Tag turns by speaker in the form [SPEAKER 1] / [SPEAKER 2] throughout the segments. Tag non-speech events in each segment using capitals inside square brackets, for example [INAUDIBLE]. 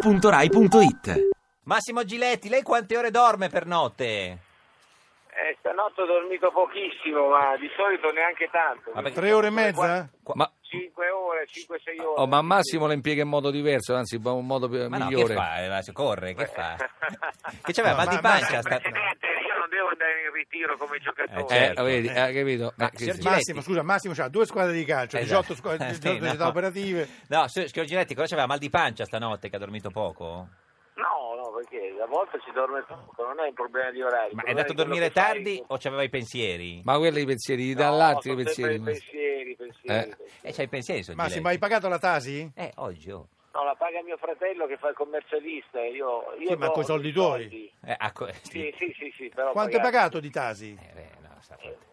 [SPEAKER 1] radio2pod.rai.it
[SPEAKER 2] Massimo Giletti, lei quante ore dorme per notte?
[SPEAKER 3] Eh, stanotte ho dormito pochissimo, ma di solito neanche tanto.
[SPEAKER 2] Ma perché-
[SPEAKER 4] Tre ore e mezza?
[SPEAKER 2] Qua-
[SPEAKER 5] Ma,
[SPEAKER 3] 5 ore, 5-6 ore.
[SPEAKER 5] oh,
[SPEAKER 3] [LAUGHS]
[SPEAKER 5] ma Massimo la impiega in modo diverso, anzi in un modo pi-
[SPEAKER 2] Ma no, che
[SPEAKER 5] migliore.
[SPEAKER 2] fa? Eh, ma si corre, che
[SPEAKER 3] [LAUGHS]
[SPEAKER 2] fa? che c'aveva
[SPEAKER 4] No,
[SPEAKER 2] mal di
[SPEAKER 4] ma-
[SPEAKER 2] pancia
[SPEAKER 4] ma-
[SPEAKER 2] sta...
[SPEAKER 3] Presidente, io non devo andare in ritiro come giocatore.
[SPEAKER 2] Eh,
[SPEAKER 5] eh,
[SPEAKER 2] certo.
[SPEAKER 5] vedi, eh, capito?
[SPEAKER 2] Ma,
[SPEAKER 5] Eh, che
[SPEAKER 2] signor
[SPEAKER 5] sì.
[SPEAKER 2] Giletti-
[SPEAKER 4] Massimo, scusa, Massimo ha due squadre di calcio,
[SPEAKER 2] Esatto.
[SPEAKER 4] 18, squadre,
[SPEAKER 2] Eh, [LAUGHS] sì,
[SPEAKER 4] 18
[SPEAKER 2] no.
[SPEAKER 4] società operative.
[SPEAKER 2] No, signor signor Giletti, cosa c'aveva? Mal di pancia stanotte che ha dormito poco?
[SPEAKER 3] Eh, No, no, perché a volte si dorme poco, non è un problema di orario.
[SPEAKER 2] Ma
[SPEAKER 3] il
[SPEAKER 2] è
[SPEAKER 3] problema
[SPEAKER 2] andato a
[SPEAKER 3] quello
[SPEAKER 2] dormire
[SPEAKER 3] che fai-
[SPEAKER 2] tardi o c'aveva i pensieri?
[SPEAKER 5] Ma quelli i pensieri, gli dà
[SPEAKER 3] No,
[SPEAKER 5] l'altro i
[SPEAKER 3] sono sempre
[SPEAKER 5] pensieri.
[SPEAKER 3] i
[SPEAKER 5] Massimo.
[SPEAKER 3] pensieri, pensieri,
[SPEAKER 5] Eh.
[SPEAKER 3] pensieri.
[SPEAKER 2] Eh, c'ha i pensieri, signor
[SPEAKER 4] Massimo, hai
[SPEAKER 2] Giletti.
[SPEAKER 4] pagato la Tasi?
[SPEAKER 2] Eh, oggi, oh.
[SPEAKER 3] No, la paga mio fratello che fa il commercialista e io... io
[SPEAKER 4] Sì, ma
[SPEAKER 3] do
[SPEAKER 4] coi soldi
[SPEAKER 3] i
[SPEAKER 4] tuoi.
[SPEAKER 2] [LAUGHS] Eh, ah, co-
[SPEAKER 3] Sì, sì, sì, sì, però...
[SPEAKER 4] Quanto hai pagato di Tasi?
[SPEAKER 2] Eh, beh, no, sta fatto.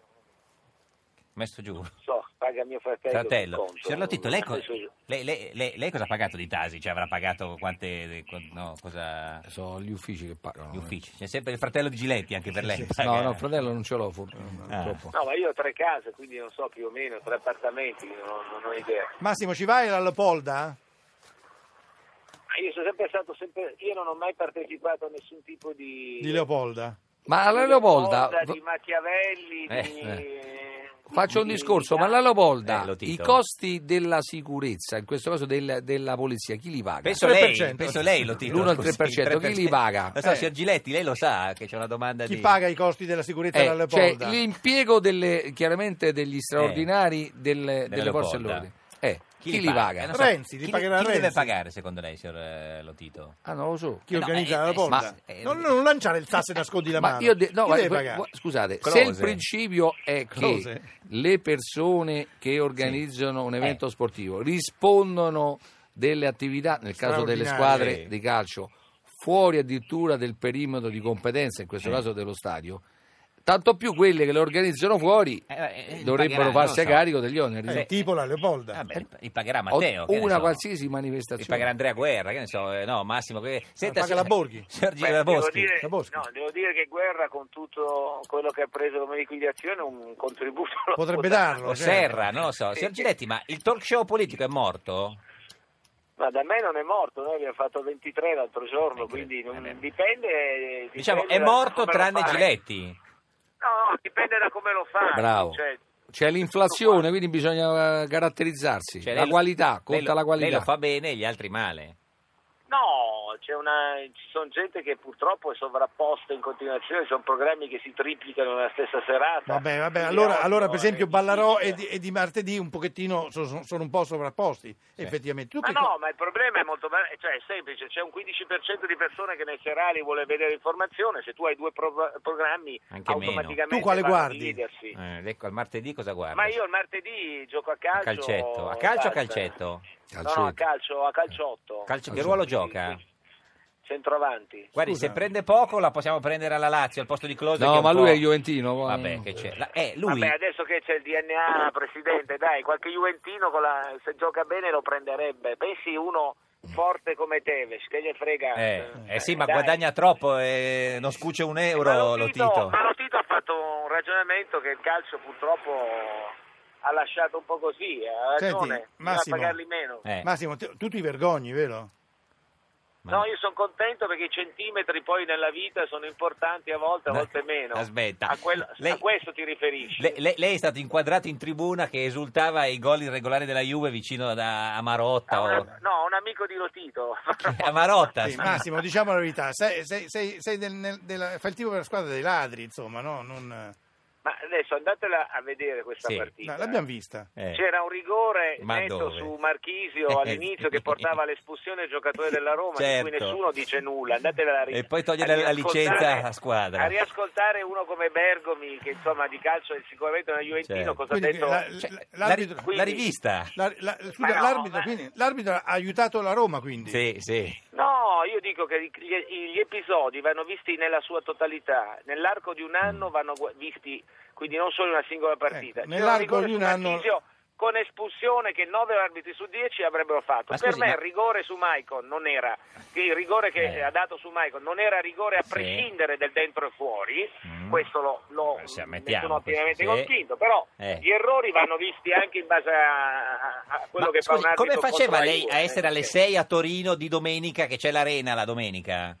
[SPEAKER 2] Messo giù.
[SPEAKER 3] So, paga mio fratello. sul
[SPEAKER 2] Fratello, ecco.
[SPEAKER 3] conto.
[SPEAKER 2] signor Lottito, lei, co-
[SPEAKER 3] Adesso-
[SPEAKER 2] lei- lei- lei- lei cosa ha pagato di Tasi? Cioè avrà pagato quante... co- No, cosa...
[SPEAKER 5] Sono gli uffici che pagano.
[SPEAKER 2] Gli uffici. C'è sempre il fratello di Giletti anche per lei.
[SPEAKER 5] [LAUGHS] No,
[SPEAKER 2] paga.
[SPEAKER 5] no, fratello non ce l'ho pur-
[SPEAKER 2] Eh.
[SPEAKER 5] purtroppo.
[SPEAKER 3] No, ma io ho tre case, quindi non so più o meno, tre appartamenti, non, non ho idea.
[SPEAKER 4] Massimo, ci vai all'Alpolda?
[SPEAKER 3] Ma io sono sempre stato sempre. Io non ho mai partecipato a nessun tipo di.
[SPEAKER 4] Di Leopolda?
[SPEAKER 5] Ma
[SPEAKER 3] di
[SPEAKER 5] all'Leopolda,
[SPEAKER 3] Leopolda, Di Machiavelli,
[SPEAKER 2] Eh,
[SPEAKER 3] di.
[SPEAKER 5] Eh. faccio un
[SPEAKER 3] di-
[SPEAKER 5] discorso,
[SPEAKER 3] di-
[SPEAKER 5] ma la
[SPEAKER 2] Eh,
[SPEAKER 5] Leopolda,
[SPEAKER 2] lo
[SPEAKER 5] i
[SPEAKER 2] titolo.
[SPEAKER 5] costi della sicurezza, in questo caso del- della polizia, chi li paga?
[SPEAKER 2] Penso
[SPEAKER 4] 3%.
[SPEAKER 2] lei, penso lei lo titola.
[SPEAKER 5] L'uno al
[SPEAKER 2] così,
[SPEAKER 5] 3%, chi li paga?
[SPEAKER 2] Lo so,
[SPEAKER 4] Eh.
[SPEAKER 2] signor Giletti, lei lo sa che c'è una domanda
[SPEAKER 4] Chi
[SPEAKER 2] di...
[SPEAKER 4] paga i costi della sicurezza
[SPEAKER 5] Eh, cioè,
[SPEAKER 4] all'Alpolda?
[SPEAKER 5] l'impiego delle, chiaramente
[SPEAKER 2] Eh.
[SPEAKER 5] degli straordinari delle, delle forze
[SPEAKER 2] Leopolda.
[SPEAKER 5] dell'ordine. Eh, chi, li
[SPEAKER 2] Eh,
[SPEAKER 5] paga?
[SPEAKER 2] non so,
[SPEAKER 4] Renzi, li
[SPEAKER 2] chi,
[SPEAKER 4] pagherà
[SPEAKER 2] chi deve
[SPEAKER 4] Renzi.
[SPEAKER 2] pagare secondo lei, signor eh, Lotito?
[SPEAKER 5] Ah, non lo so.
[SPEAKER 4] Chi
[SPEAKER 2] Eh, no,
[SPEAKER 4] organizza
[SPEAKER 2] eh,
[SPEAKER 4] la
[SPEAKER 2] eh,
[SPEAKER 4] porta?
[SPEAKER 2] sì, ma- eh,
[SPEAKER 4] non, non lanciare il sasso e nascondi la
[SPEAKER 5] Ma
[SPEAKER 4] mano.
[SPEAKER 5] io de- no,
[SPEAKER 4] Chi
[SPEAKER 5] ma-
[SPEAKER 4] deve
[SPEAKER 5] gu-
[SPEAKER 4] pagare?
[SPEAKER 5] gu- scusate,
[SPEAKER 2] Close.
[SPEAKER 5] se il principio è che
[SPEAKER 4] Close.
[SPEAKER 5] le persone che organizzano un evento
[SPEAKER 2] Eh.
[SPEAKER 5] sportivo rispondono delle attività, nel caso delle
[SPEAKER 4] Straordinarie.
[SPEAKER 5] squadre
[SPEAKER 2] Sì.
[SPEAKER 5] di calcio, fuori addirittura del perimetro di competenza, in
[SPEAKER 4] Eh.
[SPEAKER 5] questo caso dello stadio, tanto più quelle che le organizzano fuori
[SPEAKER 2] Eh, eh, eh, pagheranno,
[SPEAKER 5] dovrebbero farsi a
[SPEAKER 2] so.
[SPEAKER 5] carico degli oneri.
[SPEAKER 4] Eh,
[SPEAKER 2] Sì.
[SPEAKER 4] tipo la Leopolda.
[SPEAKER 2] Vabbè, li- li pagherà
[SPEAKER 5] Eh, O-
[SPEAKER 2] Matteo. che ne
[SPEAKER 5] una
[SPEAKER 2] so.
[SPEAKER 5] qualsiasi
[SPEAKER 2] Li
[SPEAKER 5] manifestazione.
[SPEAKER 2] pagherà Andrea Guerra, che ne so, eh, no, Massimo. Che...
[SPEAKER 4] paga la Borghi.
[SPEAKER 2] Signor
[SPEAKER 3] Beh,
[SPEAKER 2] Giletti
[SPEAKER 3] devo,
[SPEAKER 2] Boschi.
[SPEAKER 3] dire,
[SPEAKER 4] La Boschi.
[SPEAKER 3] no, devo dire che Guerra con tutto quello che ha preso come liquidazione un contributo [LAUGHS] lo Eh,
[SPEAKER 4] Potrebbe
[SPEAKER 3] può dare.
[SPEAKER 4] darlo.
[SPEAKER 2] O
[SPEAKER 4] cioè.
[SPEAKER 2] Serra, non lo so.
[SPEAKER 3] Sì,
[SPEAKER 2] Signor
[SPEAKER 3] sì.
[SPEAKER 2] Giletti, ma il talk show politico è morto?
[SPEAKER 3] Ma da me non è morto, noi abbiamo fatto 23 l'altro giorno, quindi non,
[SPEAKER 2] eh, beh.
[SPEAKER 3] dipende, eh,
[SPEAKER 2] Diciamo,
[SPEAKER 3] dipende
[SPEAKER 2] è
[SPEAKER 3] da
[SPEAKER 2] morto
[SPEAKER 3] come lo
[SPEAKER 2] tranne
[SPEAKER 3] fai.
[SPEAKER 2] Giletti.
[SPEAKER 3] No, no, dipende da come lo fa.
[SPEAKER 5] Bravo.
[SPEAKER 3] Cioè,
[SPEAKER 5] C'è l'inflazione, quindi bisogna eh, caratterizzarsi.
[SPEAKER 2] Cioè,
[SPEAKER 5] la
[SPEAKER 2] lei lo-
[SPEAKER 5] qualità,
[SPEAKER 2] lei
[SPEAKER 5] conta
[SPEAKER 2] lo-
[SPEAKER 5] la qualità.
[SPEAKER 2] Lei lo fa bene e gli altri male.
[SPEAKER 3] No, c'è una, ci sono gente che purtroppo è sovrapposta in continuazione, ci sono programmi che si triplicano nella stessa serata.
[SPEAKER 4] Vabbè, vabbè,
[SPEAKER 3] Quindi
[SPEAKER 4] allora,
[SPEAKER 3] ottimo,
[SPEAKER 4] allora, per
[SPEAKER 2] eh,
[SPEAKER 4] esempio
[SPEAKER 3] è
[SPEAKER 4] Ballarò e
[SPEAKER 3] difficile.
[SPEAKER 4] di, e Di martedì un pochettino so- so- sono, un po' sovrapposti, effettivamente. Tu
[SPEAKER 3] Ma
[SPEAKER 4] che
[SPEAKER 3] no,
[SPEAKER 4] co-
[SPEAKER 3] ma il problema è molto ba- cioè è semplice, c'è un 15% di persone che nei serali vuole vedere informazione, se tu hai due pro- programmi
[SPEAKER 2] Anche meno.
[SPEAKER 3] automaticamente
[SPEAKER 4] Tu quale
[SPEAKER 3] vanno a
[SPEAKER 4] guardi?
[SPEAKER 3] dividersi.
[SPEAKER 2] Eh, ecco, al martedì cosa guarda?
[SPEAKER 3] Ma io il martedì gioco a
[SPEAKER 2] A
[SPEAKER 3] calcio.
[SPEAKER 2] calcetto. A calcio o a
[SPEAKER 3] basta.
[SPEAKER 2] calcetto?
[SPEAKER 3] No, no, a calcio, a calciotto.
[SPEAKER 2] Calcio- che ruolo gioca?
[SPEAKER 3] Centravanti.
[SPEAKER 2] Guardi,
[SPEAKER 4] Scusa.
[SPEAKER 2] se prende poco la possiamo prendere alla Lazio al posto di Close. che
[SPEAKER 5] No,
[SPEAKER 2] un
[SPEAKER 5] ma
[SPEAKER 2] po'-
[SPEAKER 5] lui è Juventino. poi-
[SPEAKER 2] Vabbè, che c'è. La- eh, lui...
[SPEAKER 3] Vabbè, adesso che c'è il DNA, presidente, dai, qualche Juventino con la- se gioca bene lo prenderebbe. Pensi uno forte come Tevez, che gli frega.
[SPEAKER 2] Eh, eh sì, ma
[SPEAKER 3] dai. Eh,
[SPEAKER 2] guadagna troppo e non scuce un
[SPEAKER 3] Ma
[SPEAKER 2] euro lo Tito.
[SPEAKER 3] Ma lo Tito ha fatto un ragionamento che il calcio purtroppo ha lasciato un po' così, eh, ha
[SPEAKER 4] Senti,
[SPEAKER 3] ragione, bisogna
[SPEAKER 4] Massimo.
[SPEAKER 3] pagarli meno.
[SPEAKER 2] Eh,
[SPEAKER 4] Massimo, te- tu ti vergogni, vero?
[SPEAKER 3] No, io sono contento perché i centimetri poi nella vita sono importanti a volte, a
[SPEAKER 2] No,
[SPEAKER 3] volte meno.
[SPEAKER 2] aspetta.
[SPEAKER 3] A, quello- a
[SPEAKER 2] Lei-
[SPEAKER 3] questo ti riferisci?
[SPEAKER 2] le- le- lei, è stato inquadrato in tribuna che esultava ai gol irregolari della Juve vicino da, a Marotta.
[SPEAKER 3] A
[SPEAKER 2] o-
[SPEAKER 3] una- no, un amico di Lotito.
[SPEAKER 2] [LAUGHS] a Marotta,
[SPEAKER 4] Sì,
[SPEAKER 2] sì.
[SPEAKER 4] Massimo, diciamo la verità, sei, sei- sei- sei del- nel- della- fai il tipo per la squadra dei ladri, insomma, no? Non- no,
[SPEAKER 3] Ma adesso andatela a vedere questa
[SPEAKER 2] Sì.
[SPEAKER 3] partita.
[SPEAKER 4] l'abbiamo vista.
[SPEAKER 2] Eh.
[SPEAKER 3] C'era un rigore
[SPEAKER 2] Ma
[SPEAKER 3] netto
[SPEAKER 2] dove? Eh,
[SPEAKER 3] su Marchisio all'inizio che portava all'espulsione del giocatore della Roma, di cui
[SPEAKER 2] Certo.
[SPEAKER 3] nessuno dice nulla. Andatevela a ri-
[SPEAKER 2] E poi togliere
[SPEAKER 3] a
[SPEAKER 2] la
[SPEAKER 3] riascoltare-
[SPEAKER 2] licenza alla squadra.
[SPEAKER 3] A riascoltare uno come Bergomi, che insomma di calcio è sicuramente una Juventino,
[SPEAKER 2] Certo.
[SPEAKER 3] cosa ha
[SPEAKER 4] Quindi,
[SPEAKER 3] detto?
[SPEAKER 4] la-
[SPEAKER 2] Cioè,
[SPEAKER 4] la-
[SPEAKER 2] la,
[SPEAKER 4] l'arbitro-
[SPEAKER 2] la
[SPEAKER 3] quindi-
[SPEAKER 2] rivista.
[SPEAKER 4] la- la- scusa,
[SPEAKER 3] Ma no,
[SPEAKER 4] l'arbitro,
[SPEAKER 3] ma-
[SPEAKER 4] quindi, l'arbitro ha aiutato la Roma, quindi.
[SPEAKER 2] Sì, sì.
[SPEAKER 3] No, io dico che gli, gli episodi vanno visti nella sua totalità,
[SPEAKER 2] Mm.
[SPEAKER 3] nell'arco di un anno vanno gu- visti, quindi non solo in una singola partita. Cioè,
[SPEAKER 4] Ecco,
[SPEAKER 3] C'era
[SPEAKER 4] nell'arco
[SPEAKER 3] un rigore
[SPEAKER 4] di
[SPEAKER 3] su
[SPEAKER 4] un anno-
[SPEAKER 3] Marchisio con espulsione che 9 arbitri su 10 avrebbero fatto.
[SPEAKER 2] Ma
[SPEAKER 3] per
[SPEAKER 2] scusi,
[SPEAKER 3] me
[SPEAKER 2] ma-
[SPEAKER 3] il rigore su Maicon non era, che il rigore che
[SPEAKER 2] Eh.
[SPEAKER 3] ha dato su Maicon non era rigore a
[SPEAKER 2] Sì.
[SPEAKER 3] prescindere del dentro e fuori,
[SPEAKER 2] Mm.
[SPEAKER 3] questo lo, lo
[SPEAKER 2] Beh, sì,
[SPEAKER 3] ne
[SPEAKER 2] ammettiamo
[SPEAKER 3] sono
[SPEAKER 2] questo,
[SPEAKER 3] pienamente
[SPEAKER 2] sì.
[SPEAKER 3] convinto, però
[SPEAKER 2] Eh.
[SPEAKER 3] gli errori vanno visti anche in base a, a quello
[SPEAKER 2] Ma,
[SPEAKER 3] che
[SPEAKER 2] scusi,
[SPEAKER 3] fa un arbitro.
[SPEAKER 2] come faceva
[SPEAKER 3] contro eh. la
[SPEAKER 2] lei
[SPEAKER 3] Juve,
[SPEAKER 2] a essere alle
[SPEAKER 3] perché-
[SPEAKER 2] 6 a Torino di domenica che c'è l'arena la domenica?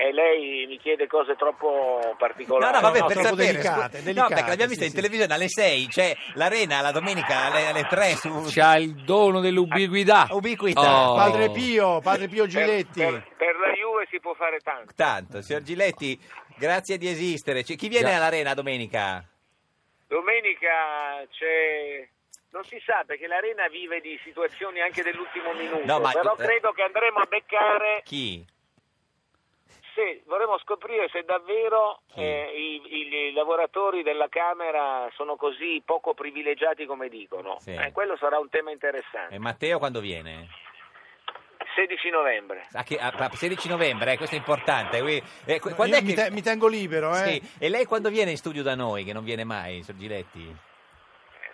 [SPEAKER 3] E lei mi chiede cose troppo particolari.
[SPEAKER 4] no, vabbè, no,
[SPEAKER 2] per
[SPEAKER 4] troppo
[SPEAKER 2] sapere,
[SPEAKER 4] delicate,
[SPEAKER 2] scu-
[SPEAKER 4] delicate,
[SPEAKER 2] no, perché l'abbiamo vista
[SPEAKER 4] sì,
[SPEAKER 2] in
[SPEAKER 4] sì.
[SPEAKER 2] televisione alle 6, c'è l'arena la domenica alle, alle 3 su
[SPEAKER 5] C'ha il dono dell'ubiquità.
[SPEAKER 2] Ubiquità.
[SPEAKER 4] Padre Pio, Padre Pio Giletti.
[SPEAKER 3] Per, per- per la Juve si può fare tanto.
[SPEAKER 2] tanto. Signor Giletti, grazie di esistere. Ci- chi viene
[SPEAKER 5] Gra-
[SPEAKER 2] all'arena domenica?
[SPEAKER 3] Domenica c'è. Non si sa perché l'Arena vive di situazioni anche dell'ultimo minuto.
[SPEAKER 2] No, ma- eh,
[SPEAKER 3] Però credo che andremo a beccare.
[SPEAKER 2] Chi?
[SPEAKER 3] Se, vorremmo scoprire se davvero
[SPEAKER 2] Sì.
[SPEAKER 3] eh, i, i- i lavoratori della Camera sono così poco privilegiati come dicono.
[SPEAKER 2] Sì. Eh.
[SPEAKER 3] Eh, quello sarà un tema interessante.
[SPEAKER 2] E Matteo quando viene?
[SPEAKER 3] 16 novembre.
[SPEAKER 2] A che- a- a 16 novembre, eh, questo è importante. qui- eh, qu- quando
[SPEAKER 4] Io
[SPEAKER 2] è
[SPEAKER 4] mi,
[SPEAKER 2] che-
[SPEAKER 4] te- mi tengo libero, eh.
[SPEAKER 2] Sì, E lei quando viene in studio da noi, che non viene mai, signor Giletti?
[SPEAKER 3] Eh,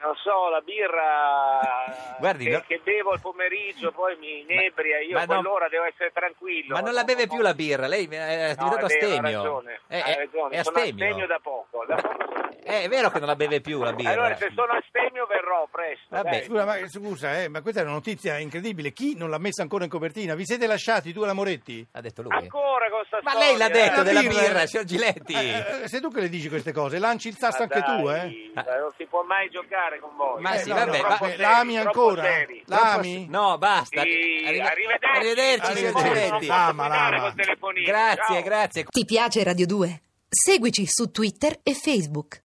[SPEAKER 3] Non so, la birra
[SPEAKER 2] [LAUGHS] Guardi,
[SPEAKER 3] che,
[SPEAKER 2] no-
[SPEAKER 3] che bevo al pomeriggio poi mi inebria, io
[SPEAKER 2] ma
[SPEAKER 3] a
[SPEAKER 2] no-
[SPEAKER 3] quell'ora devo essere tranquillo.
[SPEAKER 2] Ma non la beve più la birra, lei è
[SPEAKER 3] No,
[SPEAKER 2] diventato
[SPEAKER 3] è vero,
[SPEAKER 2] astemio.
[SPEAKER 3] ha ragione,
[SPEAKER 2] Eh,
[SPEAKER 3] ha
[SPEAKER 2] è-
[SPEAKER 3] ragione,
[SPEAKER 2] è
[SPEAKER 3] sono astemio da poco. da poco.
[SPEAKER 2] Eh, è vero che non la beve più la birra.
[SPEAKER 3] Allora, se sono astemio verrò presto.
[SPEAKER 2] Vabbè.
[SPEAKER 3] dai.
[SPEAKER 4] Scusa, ma, scusa, eh, ma questa è una notizia incredibile. Chi non l'ha messa ancora in copertina? Vi siete lasciati tu e la Moretti?
[SPEAKER 2] Ha detto lui.
[SPEAKER 3] Ancora con sta
[SPEAKER 2] Ma
[SPEAKER 3] storia,
[SPEAKER 2] lei l'ha detto
[SPEAKER 4] la
[SPEAKER 2] Ecco, della
[SPEAKER 4] birra.
[SPEAKER 2] birra, signor Giletti.
[SPEAKER 4] Eh, eh, sei tu che le dici queste cose, lanci il
[SPEAKER 3] Ma
[SPEAKER 4] sasso anche tu, eh?
[SPEAKER 3] dai, ma non si può mai giocare con voi.
[SPEAKER 2] Ma
[SPEAKER 4] Eh,
[SPEAKER 2] sì,
[SPEAKER 4] no,
[SPEAKER 2] vabbè,
[SPEAKER 4] no,
[SPEAKER 2] ma-
[SPEAKER 4] poi
[SPEAKER 3] troppo
[SPEAKER 4] la ami
[SPEAKER 3] seri, troppo
[SPEAKER 4] ancora?
[SPEAKER 3] seri.
[SPEAKER 4] La ami?
[SPEAKER 2] No, basta.
[SPEAKER 3] Sì,
[SPEAKER 2] Arrive-
[SPEAKER 3] arrivederci.
[SPEAKER 2] Arrivederci, signor
[SPEAKER 4] Arrivederci.
[SPEAKER 2] Giletti.
[SPEAKER 4] Ah,
[SPEAKER 3] Non
[SPEAKER 4] ma
[SPEAKER 3] posso guidare
[SPEAKER 4] no, ma-
[SPEAKER 3] col telefonino.
[SPEAKER 2] Grazie,
[SPEAKER 3] Ciao.
[SPEAKER 2] grazie.
[SPEAKER 1] Ti piace Radio 2? Seguici su Twitter e Facebook.